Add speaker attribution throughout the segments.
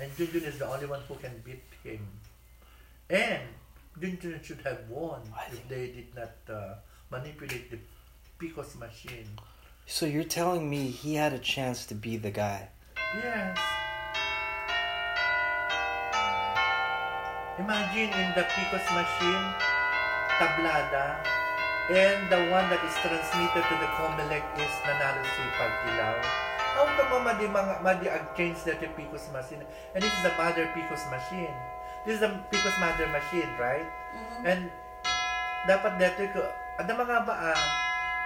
Speaker 1: And Junjun is the only one who can beat him. And Junjun should have won
Speaker 2: I
Speaker 1: if
Speaker 2: think-
Speaker 1: they did not uh, manipulate the Picos machine.
Speaker 2: So you're telling me he had a chance to be the guy?
Speaker 1: Yes. Imagine in the Picos machine, tablada, and the one that is transmitted to the Comelec is nanalo si Pagdilaw. How come mo madi, mga- madi change that the Picos machine? And this is the mother Picos machine. This is the Picos mother machine, right? And dapat dito ko, ada mga ba ah,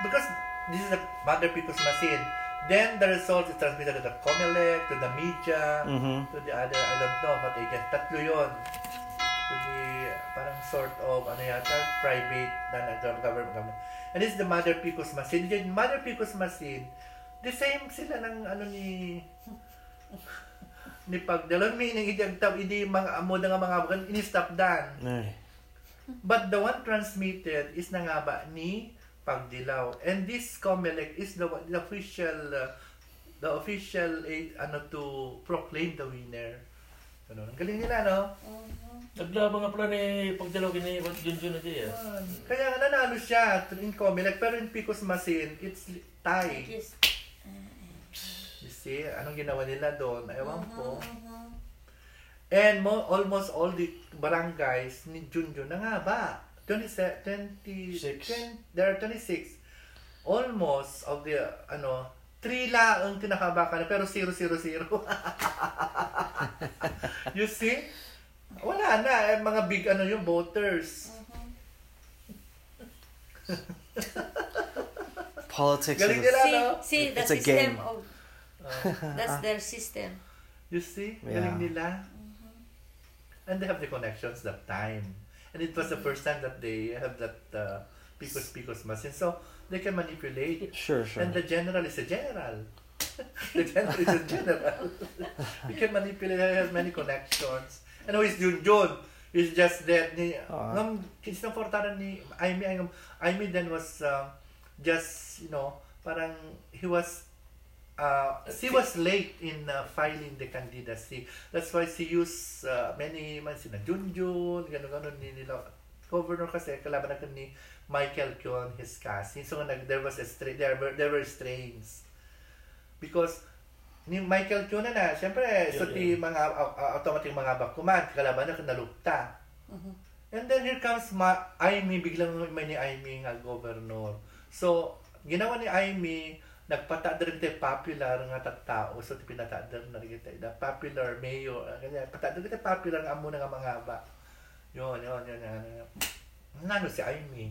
Speaker 1: because this is a mother people's machine, then the result is transmitted to the Comelec, to the media,
Speaker 2: Mm-hmm.
Speaker 1: to the other, I don't know, but again, tatlo yun. To the, parang sort of, ano yata, private, na government, government. And this is the mother people's machine. Yung mother people's machine, the same sila ng ano ni ni Pagdalon meaning hindi ang tab hindi mga amo nga mga bukan ini stop dan
Speaker 2: Ay.
Speaker 1: But the one transmitted is na nga ba ni Pagdilaw. And this Comelec is the, the official uh, the official eh, ano to proclaim the winner. Ganun. Ang galing nila, no?
Speaker 3: Naglabang nga pala ni Pagdalaw kini Junjun ya. na siya.
Speaker 1: Ah, Kaya nga nanalo siya in Comelec pero in Picos Masin, it's li- tie.
Speaker 4: Just,
Speaker 1: You see, anong ginawa nila doon? Ewan ko.
Speaker 4: mhm.
Speaker 1: And mo, almost all the barangays ni Junjun na nga ba? 27, 20,
Speaker 3: Six.
Speaker 1: 20 there are 26. Almost of the, ano, 3 la ang kinakabaka na, pero 0, 0, 0. you see? Wala na, eh, mga big, ano yung voters.
Speaker 2: Politics
Speaker 1: Galing
Speaker 2: is
Speaker 1: nila.
Speaker 4: See,
Speaker 1: Hello.
Speaker 4: see the
Speaker 2: It's a
Speaker 4: system
Speaker 2: game.
Speaker 4: of
Speaker 1: Oh,
Speaker 4: that's their system.
Speaker 1: you see?
Speaker 2: Yeah.
Speaker 1: Galing nila. And they have the connections that time. And it was the first time that they have that uh, picos-picos machine. So, they can manipulate.
Speaker 2: Sure, sure.
Speaker 1: And the general is a general. the general is a general. he can manipulate, he has many connections. And who is Junjun? He's just that. Ni,
Speaker 2: Ah.
Speaker 1: ngam, kisinamportaran ni Aimee. Ang, Aimee then was uh, just, you know, parang he was uh, she was late in uh, filing the candidacy. That's why she used uh, many man sina Junjun, gano'n-gano'n ni nila. Governor kasi kalaban na ni Michael Kion, his cousin. So nag, there was a stra- there were there were strains. Because ni Michael Kion na na, siyempre, so
Speaker 3: Yeah,
Speaker 1: ti mga au- au- automatic mga bakuman, kalaban na nalukta. And then here comes Ma Aimee, biglang may ni Aimee nga governor. So, ginawa ni Aimee, nagpata rin tayo popular nga tattao. So, ti pinata rin na rin tayo. The popular mayor. ah, Ganyan. Pata rin tayo popular nga muna nga mga ba. Yun, yun, yun. yun, yun. Nano si Aimee.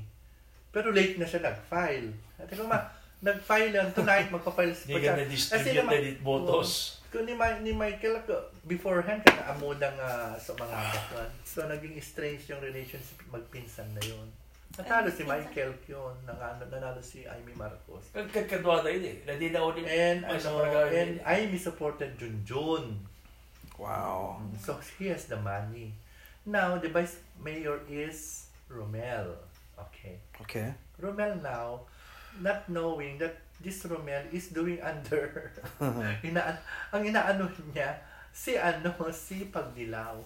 Speaker 1: Pero late na siya nag-file. At ko ma, nag-file yan. Tonight, magpa-file
Speaker 3: Hindi ka na-distribute na
Speaker 1: naman-
Speaker 3: dit botos.
Speaker 1: kung ni, Ma- ni Michael ako, beforehand ka amo na nga sa mga
Speaker 3: Ah.
Speaker 1: katuan. So naging strange yung relationship magpinsan na yun. Natalo si Michael yun, nanalo, nanalo si Amy Marcos.
Speaker 3: Kagkadwa na yun eh. Nadi na ulit.
Speaker 1: And ano, and Amy supported Junjun.
Speaker 2: wow.
Speaker 1: So he has the money. Now the vice mayor is Romel. Okay.
Speaker 2: Okay.
Speaker 1: Romel now, not knowing that this Romel is doing under, ina ang inaano niya, si ano, si Pagdilaw.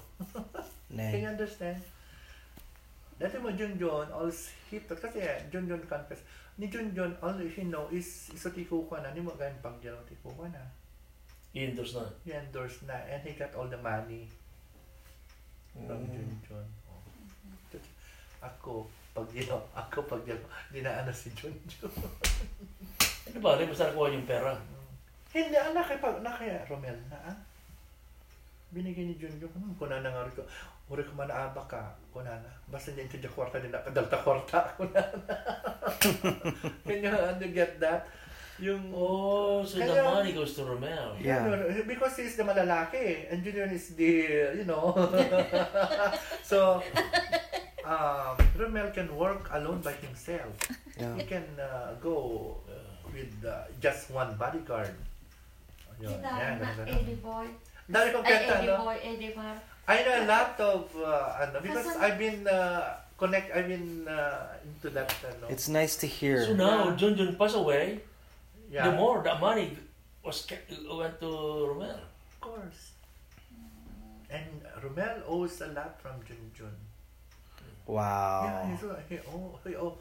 Speaker 1: Can you
Speaker 2: Nay.
Speaker 1: understand? Dati mo Junjun, all he talk, kasi Junjun confess, ni Junjun, all he know is, iso tiko ko na, ni mo ganyan Pagdilaw tiko ko na.
Speaker 3: Indos na.
Speaker 1: He endorsed na, and he got all the money from
Speaker 3: Mm. Hmm.
Speaker 1: Junjun. Oh. Ako, Pagdilaw, ako Pagdilaw, dinaano si Junjun.
Speaker 3: Ano ba? Rin basta nakuha yung pera.
Speaker 1: Hindi, ah, nakipag, nakaya, Romel na, ah. Binigay ni Junjun, hmm, kuna na nga rin ko. Uri ko man naaba ka, kuna na. Basta niya into the kwarta din, kadalta kwarta, kuna na. Can you under- get that? Yung,
Speaker 3: Oh, so the
Speaker 1: Kaya-
Speaker 3: money goes to Romel.
Speaker 2: Yeah.
Speaker 1: Yun, because he's the malalaki, and Junjun is the, you know. so, um, Romel can work alone by himself.
Speaker 2: Yeah.
Speaker 1: He can uh, go uh, with uh, just one bodyguard.
Speaker 4: Diba?
Speaker 1: Yun, yan,
Speaker 4: na
Speaker 1: ganun, ganun.
Speaker 4: Eddie Boy.
Speaker 1: Dami kong
Speaker 4: Ay,
Speaker 1: kanta,
Speaker 4: Eddie
Speaker 1: no?
Speaker 4: Boy, Eddie Mar.
Speaker 1: I know a lot of, uh, ano, because
Speaker 4: Asan-
Speaker 1: I've been, uh, connect, I've been uh, into that, ano.
Speaker 2: It's nice to
Speaker 3: So
Speaker 2: hear.
Speaker 3: now, Junjun pass away.
Speaker 1: yeah,
Speaker 3: The more the money was kept, went to Romel.
Speaker 1: of course. Romel owes a lot from Junjun.
Speaker 2: Wow.
Speaker 1: Yeah, he's, he owe, he owe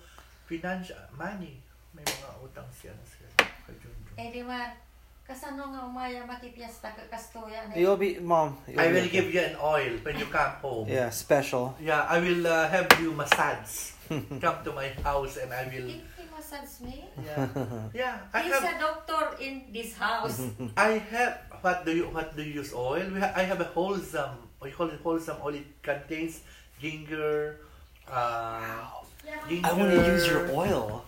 Speaker 1: financial money. May mga utang siya na siya kay Junjun.
Speaker 4: Eh di man, kasano nga umaya makipiesta ka kastuya na
Speaker 2: You'll be mom. you'll
Speaker 1: I
Speaker 2: be
Speaker 1: will
Speaker 2: okay.
Speaker 1: give you an oil when you come home.
Speaker 2: Yeah, special.
Speaker 1: Yeah, I will uh, have you massage. Come to my house and I will.
Speaker 4: He, he massage me.
Speaker 1: Yeah, yeah. I
Speaker 4: He's
Speaker 1: have.
Speaker 4: a doctor in this house.
Speaker 2: Mm-hmm.
Speaker 1: I have. What do you What do you use oil? We ha- I have a wholesome. We call it wholesome oil. It contains ginger. Uh,
Speaker 4: Yeah,
Speaker 1: ginger.
Speaker 2: I
Speaker 4: man.
Speaker 2: want to use your oil.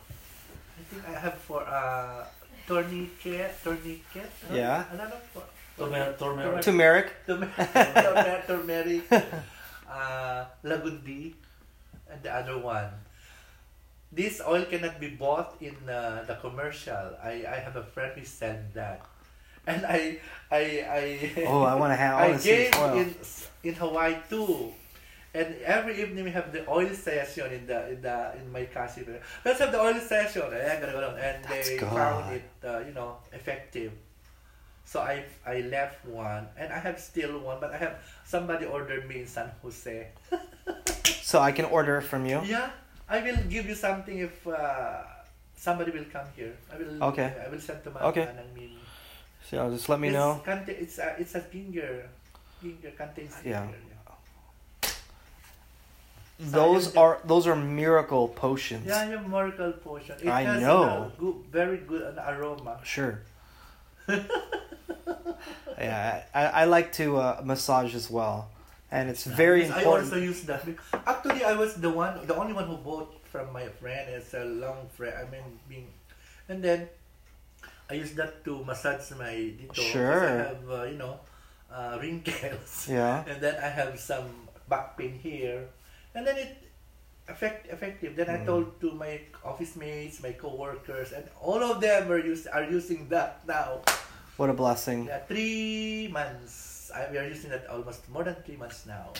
Speaker 1: I think I have for uh, tourniquet. Tourniquet. no?
Speaker 2: Yeah.
Speaker 1: Another for.
Speaker 3: Turmeric. Turmeric.
Speaker 2: Turmeric.
Speaker 1: Turmeric. Turmeric. Uh, Lagundi. And the other one. This oil cannot be bought in uh, the commercial. I, I have a friend who said that. And I I I
Speaker 2: Oh, I want to have.
Speaker 1: I
Speaker 2: I want to see
Speaker 1: gave
Speaker 2: this oil.
Speaker 1: in in Hawaii too. And every evening we have the oil session in the in the in my casino. Let's have the oil session. Eh, And, and they
Speaker 2: That's good.
Speaker 1: found it uh, you know effective. So I I left one and I have still one, but I have somebody ordered me in San Jose.
Speaker 2: So I can order from you.
Speaker 1: Yeah, I will give you something if uh, somebody will come here. I will
Speaker 2: Okay.
Speaker 1: I will send to my
Speaker 2: Okay.
Speaker 1: Manang Mini.
Speaker 2: So just let me
Speaker 1: it's,
Speaker 2: know.
Speaker 1: Conta- it's a it's a ginger, ginger contains
Speaker 2: Yeah.
Speaker 1: ginger. yeah.
Speaker 2: Those are those are miracle potions.
Speaker 1: Yeah, yung miracle potion. It
Speaker 2: I
Speaker 1: has a
Speaker 2: know.
Speaker 1: good, very good an aroma.
Speaker 2: Sure. yeah, I, I like to uh, massage as well, and it's very
Speaker 1: Yes, I also
Speaker 2: important.
Speaker 1: use that. Actually, I was the one, the only one who bought from my friend. It's a long friend. I mean, being, and then I use that to massage my dito. 'cause
Speaker 2: Sure.
Speaker 1: I have uh, you know uh, wrinkles.
Speaker 2: Yeah.
Speaker 1: And then I have some back pain here, and then it effect effective. Then
Speaker 2: Mm.
Speaker 1: I told to my office mates, my coworkers, and all of them are use, are using that now.
Speaker 2: What a blessing.
Speaker 1: Yeah, three months. I, we are using that almost more than three months now.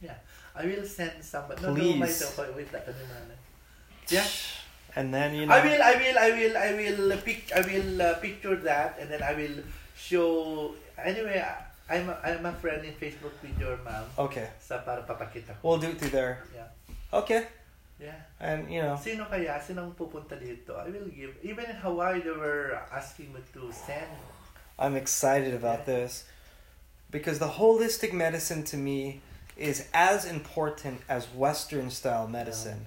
Speaker 1: Yeah. I will send somebody. No, no,
Speaker 2: Please.
Speaker 1: myself. I will that naman. Yeah.
Speaker 2: And then you know.
Speaker 1: I will, I will, I will, I will pic, I will uh, picture that, and then I will show. Anyway, I- I'm, a, I'm a friend in Facebook with your mom.
Speaker 2: Okay,
Speaker 1: Sa para papakita ko.
Speaker 2: we'll do it through there.
Speaker 1: Yeah.
Speaker 2: Okay,
Speaker 1: Yeah.
Speaker 2: and you know.
Speaker 1: Sino kaya? Sinong pupunta dito? I will give. Even in Hawaii, they were asking me to send.
Speaker 2: I'm excited about
Speaker 1: Yeah.
Speaker 2: this because the holistic medicine to me is as important as Western style medicine.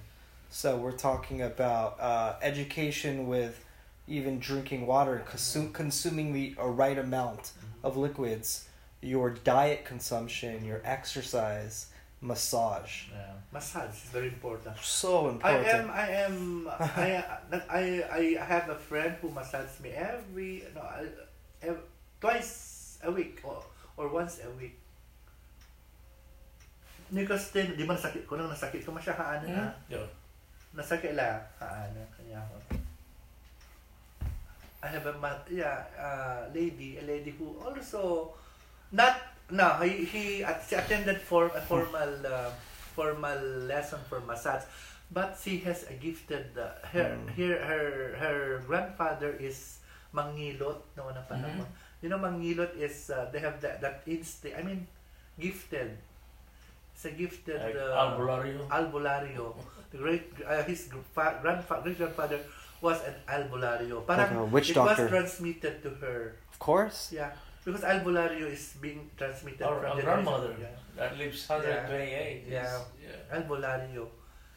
Speaker 2: So we're talking about uh, education with even drinking water, consum- consuming the a right amount
Speaker 1: Mm-hmm.
Speaker 2: of liquids, your diet consumption, your exercise, massage.
Speaker 1: Yeah. uh, Massage is very important.
Speaker 2: So
Speaker 1: I
Speaker 2: important.
Speaker 1: am, I am, I, I, I have a friend who massages me every, no, I, ev- twice a week or, or once a week. Because then, di ba nasakit ko nang nasakit ko masya haan na.
Speaker 3: Yeah.
Speaker 1: Nasakit la haan na kanya ako. I have a ma- yeah, uh, lady, a lady who also not no, he he, at, she attended for a formal uh, formal lesson for massage, but she has a gifted uh, her her her her grandfather is Mangilot no na panahon. You know Mangilot is uh, they have that that instinct. I mean, gifted. It's a gifted
Speaker 3: Like
Speaker 1: uh,
Speaker 3: Albulario.
Speaker 1: Albulario. The great uh, his grandfather great grandfather was an Albulario. Parang
Speaker 2: Like a witch
Speaker 1: it
Speaker 2: doctor.
Speaker 1: was transmitted to her.
Speaker 2: of course.
Speaker 1: Yeah, because albulario is being transmitted
Speaker 3: Our,
Speaker 1: from
Speaker 3: our
Speaker 1: the
Speaker 3: grandmother
Speaker 1: Yeah.
Speaker 3: that lives 128.
Speaker 1: Yeah.
Speaker 3: is- yeah.
Speaker 1: Albulario.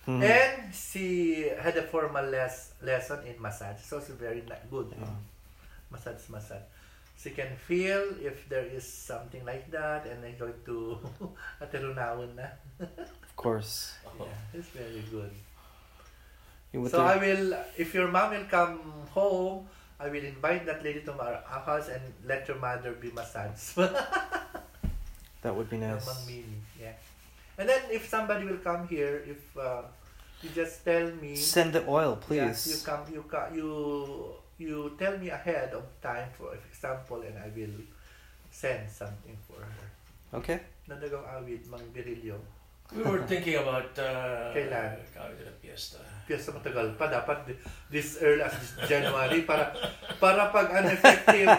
Speaker 2: Mhm.
Speaker 1: And she had a formal les- lesson in massage. So she's very na- good.
Speaker 2: Mm.
Speaker 1: Massage, massage. She can feel if there is something like that and then going to aterunawan na.
Speaker 2: Of course.
Speaker 3: Oh.
Speaker 1: Yeah, it's very good.
Speaker 2: You would
Speaker 1: so I
Speaker 2: think-
Speaker 1: will, if your mom will come home, I will invite that lady to my house and let your mother be massaged.
Speaker 2: that would be nice.
Speaker 1: Namang mini, yeah. And then if somebody will come here, if uh, you just tell me,
Speaker 2: Send the oil,
Speaker 1: Yeah,
Speaker 2: please.
Speaker 1: you come, you ca- you you tell me ahead of time for example, and I will send something for her.
Speaker 2: Okay.
Speaker 1: Nadagang awit, mang birilyo.
Speaker 3: We were thinking about uh,
Speaker 1: Kailan?
Speaker 3: Cali de la Fiesta.
Speaker 1: Piyesa matagal pa, dapat thi- this early as this January para para pag uneffective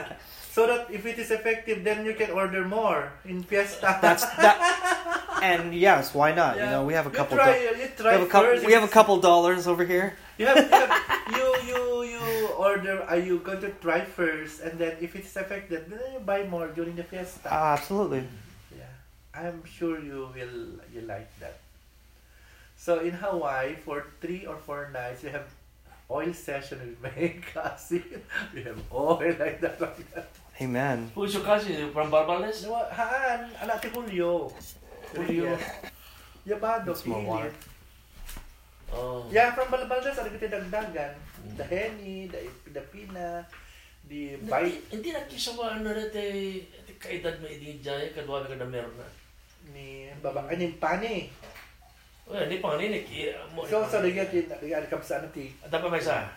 Speaker 1: So that if it is effective, then you can order more in Fiesta.
Speaker 2: That's that. And yes, why not? You
Speaker 1: Yeah.
Speaker 2: know, we have a
Speaker 1: You
Speaker 2: couple.
Speaker 1: try,
Speaker 2: do-
Speaker 1: you
Speaker 2: we
Speaker 1: try
Speaker 2: have a couple.
Speaker 1: first.
Speaker 2: We have a couple dollars over here.
Speaker 1: You have, you, have, you you you order. Are you going to try first, and then if it's effective, then you buy more during the Fiesta.
Speaker 2: Ah, absolutely.
Speaker 1: Yeah, I'm sure you will you like that. So in Hawaii, for three or four nights, we have oil session with my cousin. We have oil like that. Like that.
Speaker 2: Amen.
Speaker 3: Who's your cousin? From Barbales?
Speaker 1: You know what? Haan, anak ni Julio. Julio. Yabado,
Speaker 2: It's more water.
Speaker 1: pilit.
Speaker 3: Oh.
Speaker 1: Yeah, from Balbaldas, ada kita dagdagan. The Henny, the, the Pina, the
Speaker 3: Hindi,
Speaker 1: Bite
Speaker 3: hindi na kisawa ano na te, te kaedad mo hindi jaya kadwa ka na meron na.
Speaker 1: ni Baba, ay, ni Pani.
Speaker 3: O yan, hindi panganinik. i- mo- eh,
Speaker 1: So, sa nagyan, nagyan ka sa ano, ti.
Speaker 3: At dapat may isa.
Speaker 1: Ah.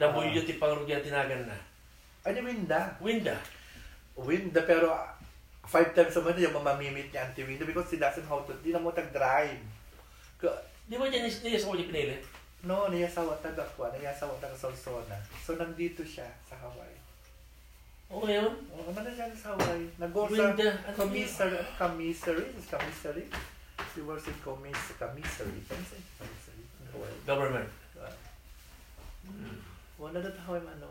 Speaker 3: Dabulyo ti pangrugya tinagan na.
Speaker 1: Ano, Winda?
Speaker 3: Winda.
Speaker 1: Winda, pero ah, five times a month yung mamamimit niya Auntie Winda because she doesn't how to, di na mo tag-drive. Ka-
Speaker 3: Di ba dyan nis- niyas ako yung pinili?
Speaker 1: No, niyasawa taga ko, niyasawa taga Solsona. So, nandito siya sa Hawaii.
Speaker 3: O ngayon?
Speaker 1: Oo, ano na siya sa Hawaii? Nag-go sa
Speaker 3: Winda. ano yun?
Speaker 1: commissary, commissary, is commissary. She works in commis, commissary. Can I say commissary? in Hawaii.
Speaker 3: Government.
Speaker 1: Hmm. Wala na tayo ano.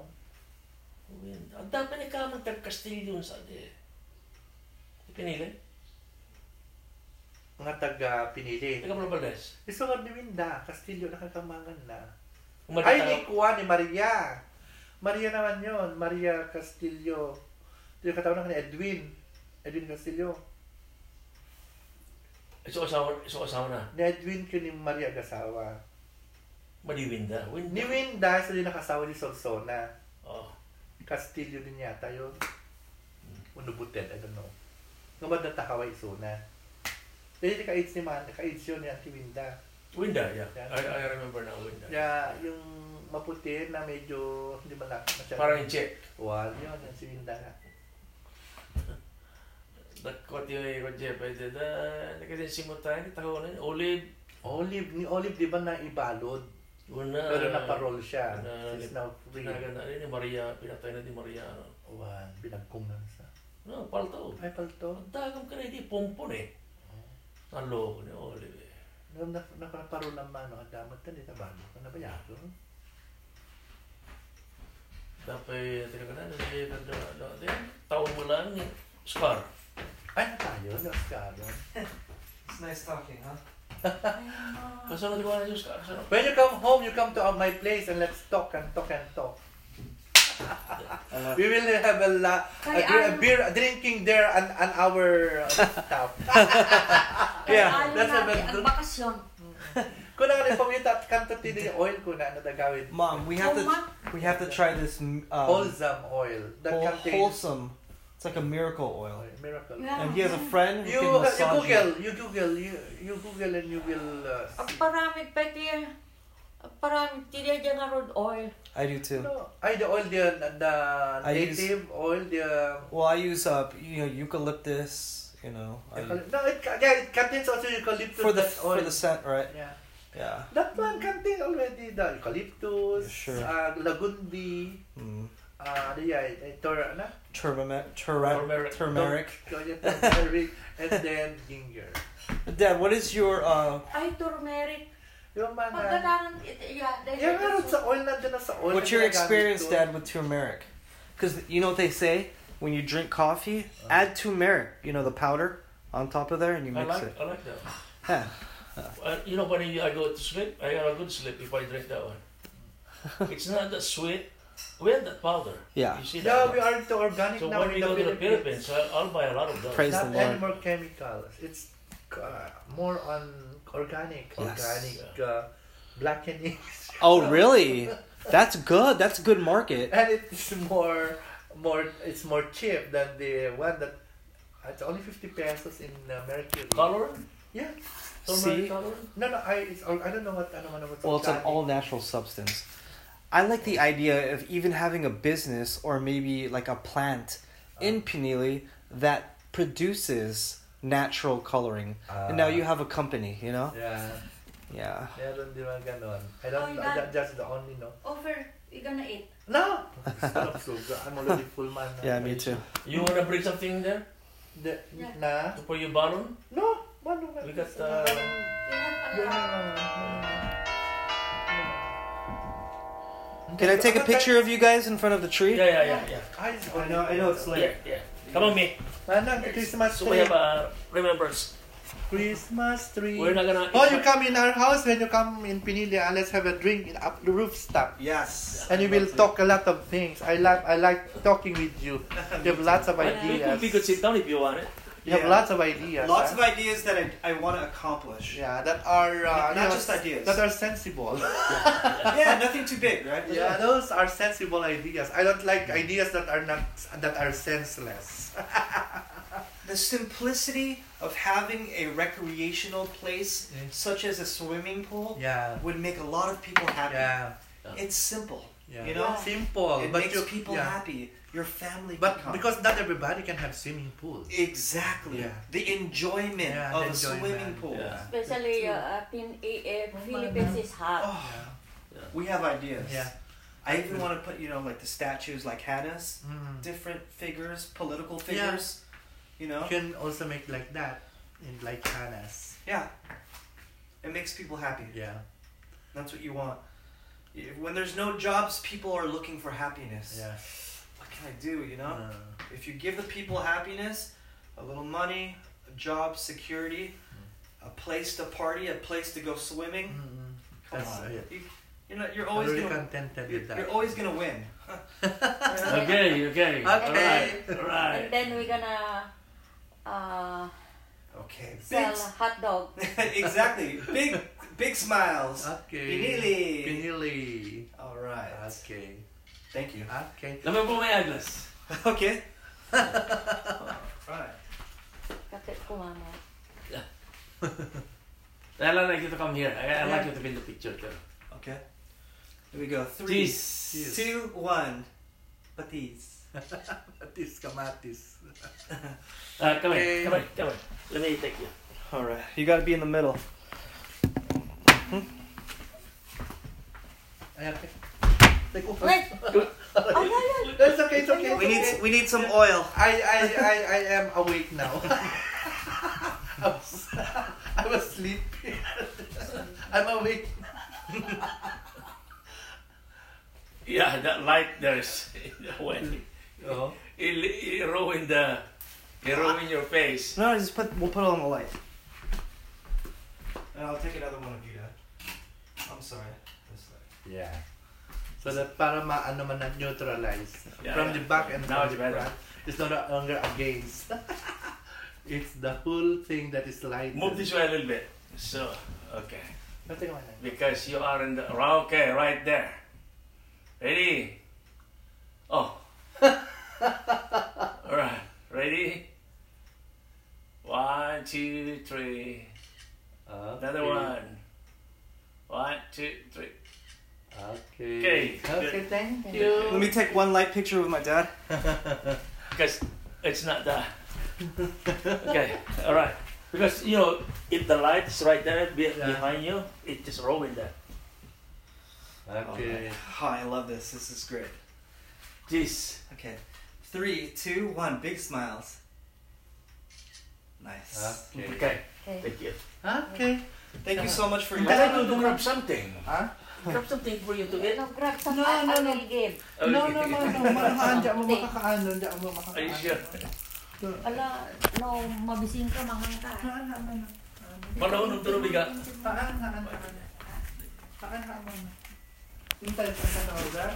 Speaker 3: O yan. Ang dapat ni kamang tag-Kastilyo yun sa de. Pinili?
Speaker 1: Mga taga pinili.
Speaker 3: Taga Barbales.
Speaker 1: Gusto ka ni Winda, Castillo, nakakamangan na. Ay,
Speaker 3: Umadita.
Speaker 1: ni Juan, ni Maria. Maria naman yon Maria Castillo. Ito yung katawan ni Edwin. Edwin Castillo.
Speaker 3: Iso eh, asawa, iso asawa na.
Speaker 1: Ni Edwin ko ni Maria Gasawa.
Speaker 3: Mali Winda. Winda.
Speaker 1: Ni Winda, isa din nakasawa ni Solsona.
Speaker 3: Oh.
Speaker 1: Castillo din yata yun. Unubutel, I don't know. Ngamad na takaway suna. Dahil ka-AIDS ni Man, ka-AIDS yun ni Auntie Winda.
Speaker 3: Winda, yeah.
Speaker 1: Yeah.
Speaker 3: I, I remember now Winda.
Speaker 1: Kaya yung maputi na medyo hindi malaki masyado.
Speaker 3: Parang check.
Speaker 1: Wal, yun, yun si Winda.
Speaker 3: Dakot yung ikot eh, Jeff. Ay, dada. Nagkasi simutan. Tako na yun. Olive.
Speaker 1: Olive, ni Olive di ba na ibalod?
Speaker 3: Una.
Speaker 2: Ah,
Speaker 1: Pero naparol siya.
Speaker 3: na-
Speaker 1: She's now free.
Speaker 3: Pinaganda rin ni Maria. Pinatay na ni Maria. Ano.
Speaker 1: Wal, binagkong lang sa.
Speaker 3: No, palto.
Speaker 1: Ay, palto.
Speaker 3: Dagam ka na, hindi. Pompon eh.
Speaker 1: Oh.
Speaker 3: Naloko ni Olive eh.
Speaker 1: Nung na, naparol ng mano, ang damat na dito ba? Ano ba yan?
Speaker 3: Dapat tinaganda na siya. Taon mo lang. eh. Scar.
Speaker 1: Ay, na tayo, Ano na Oscar.
Speaker 2: It's nice talking, huh?
Speaker 3: Kasama di ba na yung scar? Kasama.
Speaker 1: When you come home, you come to uh, my place and let's talk and talk and talk.
Speaker 2: I love
Speaker 1: We will have a, la- a,
Speaker 4: Kaya
Speaker 1: beer, a
Speaker 4: ang-
Speaker 1: beer drinking there an, an hour uh, stuff.
Speaker 4: Kaya
Speaker 1: Yeah,
Speaker 4: ayaw
Speaker 1: that's a
Speaker 4: natin
Speaker 1: bad-
Speaker 4: ang bakasyon.
Speaker 1: Kung na rin pamita at kanto ti din yung oil ko na ano na gawin.
Speaker 2: Mom, we
Speaker 1: Oh,
Speaker 2: have to
Speaker 4: Mama,
Speaker 2: we have to try this um,
Speaker 1: Wholesome oil. That
Speaker 2: whole-
Speaker 1: contains
Speaker 2: wholesome. It's like a miracle oil.
Speaker 1: oil, miracle.
Speaker 4: yeah.
Speaker 2: And he has a friend
Speaker 1: Oh,
Speaker 2: who
Speaker 1: You,
Speaker 2: can
Speaker 1: you
Speaker 2: massage
Speaker 1: Google,
Speaker 2: it.
Speaker 1: you Google, you, you Google and you will uh,
Speaker 4: Ang
Speaker 1: see.
Speaker 4: parami pa tiya. Ang parami tiya dyan na road oil.
Speaker 2: I do too.
Speaker 1: No, ay, the oil, the, the
Speaker 2: I use-
Speaker 1: native oil, the...
Speaker 2: Well, I use uh, you know, eucalyptus. You know, I,
Speaker 1: No, it, yeah, it contains also eucalyptus
Speaker 2: for the
Speaker 1: that oil.
Speaker 2: for the scent, right?
Speaker 1: yeah.
Speaker 2: Yeah.
Speaker 1: That one contains already the eucalyptus,
Speaker 2: Yeah, sure.
Speaker 1: uh, lagundi,
Speaker 2: Mm.
Speaker 1: uh, the, yeah, tor, ano?
Speaker 2: Turmeric, turmeric, turmeric.
Speaker 3: Turmeric.
Speaker 1: Kaya turmeric, and then ginger.
Speaker 2: Dad, what is your uh?
Speaker 4: Ay, turmeric.
Speaker 1: Yung mga...
Speaker 4: Pagkakaroon, yeah. dahil
Speaker 1: Ah, Yeah, meron
Speaker 4: ito-
Speaker 1: sa oil, nandun na sa oil.
Speaker 2: What's
Speaker 1: na
Speaker 2: your
Speaker 1: ginagamit
Speaker 2: experience,
Speaker 1: doon.
Speaker 2: Dad, with turmeric? Because you know what they say when you drink coffee, add turmeric. You know the powder on top of there, and you
Speaker 3: Uh-huh. I
Speaker 2: mix
Speaker 3: like,
Speaker 2: it.
Speaker 3: I like that.
Speaker 2: Huh.
Speaker 3: Uh, you know, when I go to sleep, I got a good sleep if I drink that one. it's not that sweet. We have that powder.
Speaker 2: Yeah.
Speaker 3: You see that?
Speaker 1: Yeah, we are into organic
Speaker 3: so
Speaker 1: now
Speaker 3: when
Speaker 1: in
Speaker 3: we
Speaker 1: the
Speaker 3: go to the
Speaker 1: Philippines.
Speaker 3: Philippines, uh, I'll, I'll buy a lot of those.
Speaker 2: Praise
Speaker 1: Not
Speaker 2: the Lord.
Speaker 1: anymore chemicals. It's uh, more on organic,
Speaker 2: Yes.
Speaker 1: organic uh, blackening.
Speaker 2: Oh, really? That's good. That's good market.
Speaker 1: and it's more more it's more cheap than the one that it's only 50 pesos in uh, Mercury.
Speaker 3: Color?
Speaker 1: Yeah.
Speaker 3: Turmeric
Speaker 2: See?
Speaker 3: Color?
Speaker 1: No, no, I it's, or- I don't know what I don't know what's
Speaker 2: Well, it's an
Speaker 1: organic.
Speaker 2: all natural substance. I like the idea of even having a business or maybe like a plant
Speaker 3: Uh-huh.
Speaker 2: in Pinili that produces natural coloring. and
Speaker 3: Uh-huh.
Speaker 2: now you have a company, you know?
Speaker 1: Uh, Yeah.
Speaker 2: Yeah.
Speaker 1: Meron di ba ganon? I don't
Speaker 4: Oh,
Speaker 1: I
Speaker 4: yeah.
Speaker 1: don't- just the only no.
Speaker 4: Over, we gonna eat.
Speaker 1: No! Stop, Suga. I'm already full man.
Speaker 5: Yeah, me too.
Speaker 3: You wanna bring something there
Speaker 1: The,
Speaker 6: Yeah.
Speaker 1: Na?
Speaker 3: to put your balloon?
Speaker 1: No! Manu,
Speaker 3: We got, uh,
Speaker 5: Can I take a picture of you guys in front of the
Speaker 3: Yeah,
Speaker 5: tree?
Speaker 3: yeah, yeah, yeah.
Speaker 1: I
Speaker 2: I know, I know it's
Speaker 3: Yeah,
Speaker 2: late.
Speaker 3: yeah. Come on, me.
Speaker 1: Manang, Christmas
Speaker 3: So we
Speaker 1: tree.
Speaker 3: have a remembrance.
Speaker 1: Christmas tree.
Speaker 3: We're not gonna.
Speaker 1: Oh, you come in our house when you come in Pinili and let's have a drink in up the rooftop.
Speaker 2: Yes.
Speaker 1: And you will talk a lot of things. I love, I like talking with you. You have lots of
Speaker 3: Well, We
Speaker 1: ideas.
Speaker 3: could, we could sit down if you want it.
Speaker 1: You have
Speaker 2: Yeah.
Speaker 1: lots of ideas.
Speaker 2: Lots of
Speaker 1: huh?
Speaker 2: ideas that I, I want to accomplish.
Speaker 1: Yeah, that are uh, you
Speaker 2: Not
Speaker 1: know,
Speaker 2: just ideas.
Speaker 1: That are sensible.
Speaker 2: yeah, nothing too big, right?
Speaker 1: yeah, those are sensible ideas. I don't like ideas that are not that are senseless.
Speaker 2: The simplicity of having a recreational place
Speaker 1: Mm.
Speaker 2: such as a swimming pool
Speaker 1: Yeah,
Speaker 2: would make a lot of people happy.
Speaker 1: yeah,
Speaker 2: It's simple.
Speaker 1: yeah.
Speaker 2: You know?
Speaker 1: simple,
Speaker 2: it
Speaker 1: but
Speaker 2: makes
Speaker 1: you,
Speaker 2: people
Speaker 1: yeah.
Speaker 2: happy. Your family can
Speaker 1: But
Speaker 2: come.
Speaker 1: because not everybody can have swimming pool.
Speaker 2: Exactly.
Speaker 1: Yeah.
Speaker 2: The enjoyment
Speaker 1: Yeah,
Speaker 2: of
Speaker 1: the
Speaker 2: a
Speaker 1: enjoyment.
Speaker 2: swimming pool.
Speaker 3: Yeah.
Speaker 4: Especially uh, in eh,
Speaker 1: Oh
Speaker 4: Philippines is hot.
Speaker 2: Oh,
Speaker 3: Yeah.
Speaker 2: we have ideas.
Speaker 1: Yeah.
Speaker 2: I even want to put, you know, like the statues like Hannah's,
Speaker 1: Mm.
Speaker 2: different figures, political figures, you know?
Speaker 1: You can also make like that in like Hannah's.
Speaker 2: Yeah. It makes people happy.
Speaker 1: Yeah,
Speaker 2: That's what you want. Y- When there's no jobs, people are looking for happiness.
Speaker 1: yeah.
Speaker 2: What can I do, you know?
Speaker 1: Uh,
Speaker 2: If you give the people happiness, a little money, a job, security, a place to party, a place to go swimming,
Speaker 1: mm,
Speaker 2: come
Speaker 1: That's
Speaker 2: on.
Speaker 1: it.
Speaker 2: You, you're, not, you're
Speaker 1: I'm
Speaker 2: always
Speaker 1: really
Speaker 2: going to
Speaker 1: contented
Speaker 2: You're,
Speaker 1: with that.
Speaker 2: you're always gonna win.
Speaker 3: Okay, okay.
Speaker 1: Okay.
Speaker 3: All right. All
Speaker 4: And
Speaker 3: right.
Speaker 4: then we're gonna uh,
Speaker 2: Okay. Big,
Speaker 4: sell hot dog.
Speaker 2: exactly. Big, big smiles.
Speaker 1: Okay.
Speaker 2: Pinili.
Speaker 1: Pinili.
Speaker 2: All right.
Speaker 1: Okay.
Speaker 2: Thank you.
Speaker 1: Okay.
Speaker 3: Let me put my eyeglass.
Speaker 2: okay. All right.
Speaker 4: Kapit ko mama.
Speaker 3: I don't like you to come here. I, I like you to be in the picture. Too.
Speaker 2: Okay. Here we go. Three, two,
Speaker 3: Jeez.
Speaker 1: Cheese.
Speaker 2: one. Patis.
Speaker 1: Matis kamatis.
Speaker 3: Uh, come
Speaker 1: Okay.
Speaker 3: here, come here, come here. Let me take you.
Speaker 5: All right. You gotta be in the middle.
Speaker 1: Ayan. Take off.
Speaker 4: Wait! Oh, yeah, yeah.
Speaker 1: That's okay, it's okay.
Speaker 2: We need we need some oil.
Speaker 1: I, I, I, I am awake now. I was, I was sleepy. I'm awake.
Speaker 3: Yeah, that light there is when
Speaker 1: Oh.
Speaker 3: it, it ruined the it ruined your face.
Speaker 5: No, just put. We'll put it on the light.
Speaker 2: And I'll take another one of you, Dad. I'm sorry. This way.
Speaker 1: Yeah. So that para maano man na neutralize
Speaker 3: Yeah,
Speaker 1: from
Speaker 3: yeah.
Speaker 1: the back and
Speaker 3: Now
Speaker 1: from
Speaker 3: it's
Speaker 1: the
Speaker 3: better.
Speaker 1: front. It's no longer against. it's the whole thing that is light.
Speaker 3: Move this way a little bit. So okay.
Speaker 1: Nothing like that.
Speaker 3: Because you are in the okay, right there. Ready? Oh. Alright. Ready? One, two, three. Another one. One, two, three.
Speaker 1: Okay.
Speaker 3: Okay.
Speaker 1: Okay, thank you.
Speaker 5: Let me take one light picture with my dad.
Speaker 3: Because it's not that. okay, all right. Because you know, if the light's right there be-
Speaker 1: Yeah.
Speaker 3: behind you, it just ruined that.
Speaker 1: Okay.
Speaker 2: Oh, I love this. This is great.
Speaker 3: Jeez.
Speaker 2: Okay. Three, two, one. Big smiles.
Speaker 5: Uh,
Speaker 2: Nice.
Speaker 1: Okay.
Speaker 3: Okay.
Speaker 4: Okay.
Speaker 3: Thank you.
Speaker 1: Okay.
Speaker 2: Thank you so much for your
Speaker 3: Can I go to grab something?
Speaker 1: Huh?
Speaker 3: Grab something for you to eat.
Speaker 4: No, grab some.
Speaker 1: No,
Speaker 4: ano, I,
Speaker 1: no,
Speaker 4: I
Speaker 1: no.
Speaker 4: will give.
Speaker 3: Oh,
Speaker 1: No,
Speaker 3: you-
Speaker 1: no, no, no. Makakaan, di mo makakaano, di mo
Speaker 3: Are
Speaker 1: makakaano.
Speaker 3: you sure?
Speaker 4: Ala, no, mabising ka, mahang ka.
Speaker 3: Malaunog tulubi ka.
Speaker 1: Haan, haan, haan. Haan, haan, haan. Yung tayo sa sa order,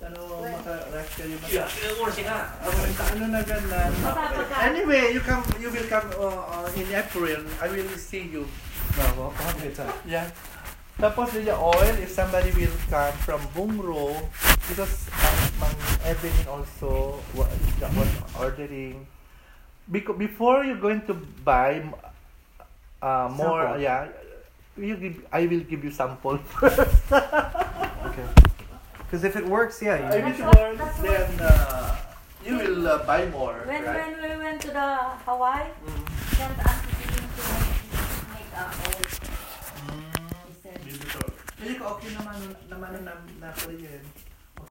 Speaker 1: ano, maka-rest kayo.
Speaker 3: Yeah, working out.
Speaker 1: Ako, sa ano na ganun.
Speaker 4: Matapag ka.
Speaker 1: Anyway, you come, you will come uh, uh, in April. I will see you.
Speaker 5: No, we'll have a good time.
Speaker 1: Yeah. Tapos with the oil, if somebody will come from Bungro, because um, mang Evelyn also wa- is the one ordering. Because before you're going to buy uh, more,
Speaker 5: Sample.
Speaker 1: yeah, you give, I will give you sample first.
Speaker 5: Okay. Because if it works, yeah.
Speaker 1: I will
Speaker 4: That's
Speaker 1: give you
Speaker 4: what-
Speaker 1: more,
Speaker 4: that's what-
Speaker 1: then uh, you will uh, buy more,
Speaker 4: When
Speaker 1: right?
Speaker 4: when we went to the Hawaii,
Speaker 1: Mm.
Speaker 4: then asked him to make- make a oil. He said,
Speaker 1: Mm. Bibito. Pili ko okay naman naman na na, na, na,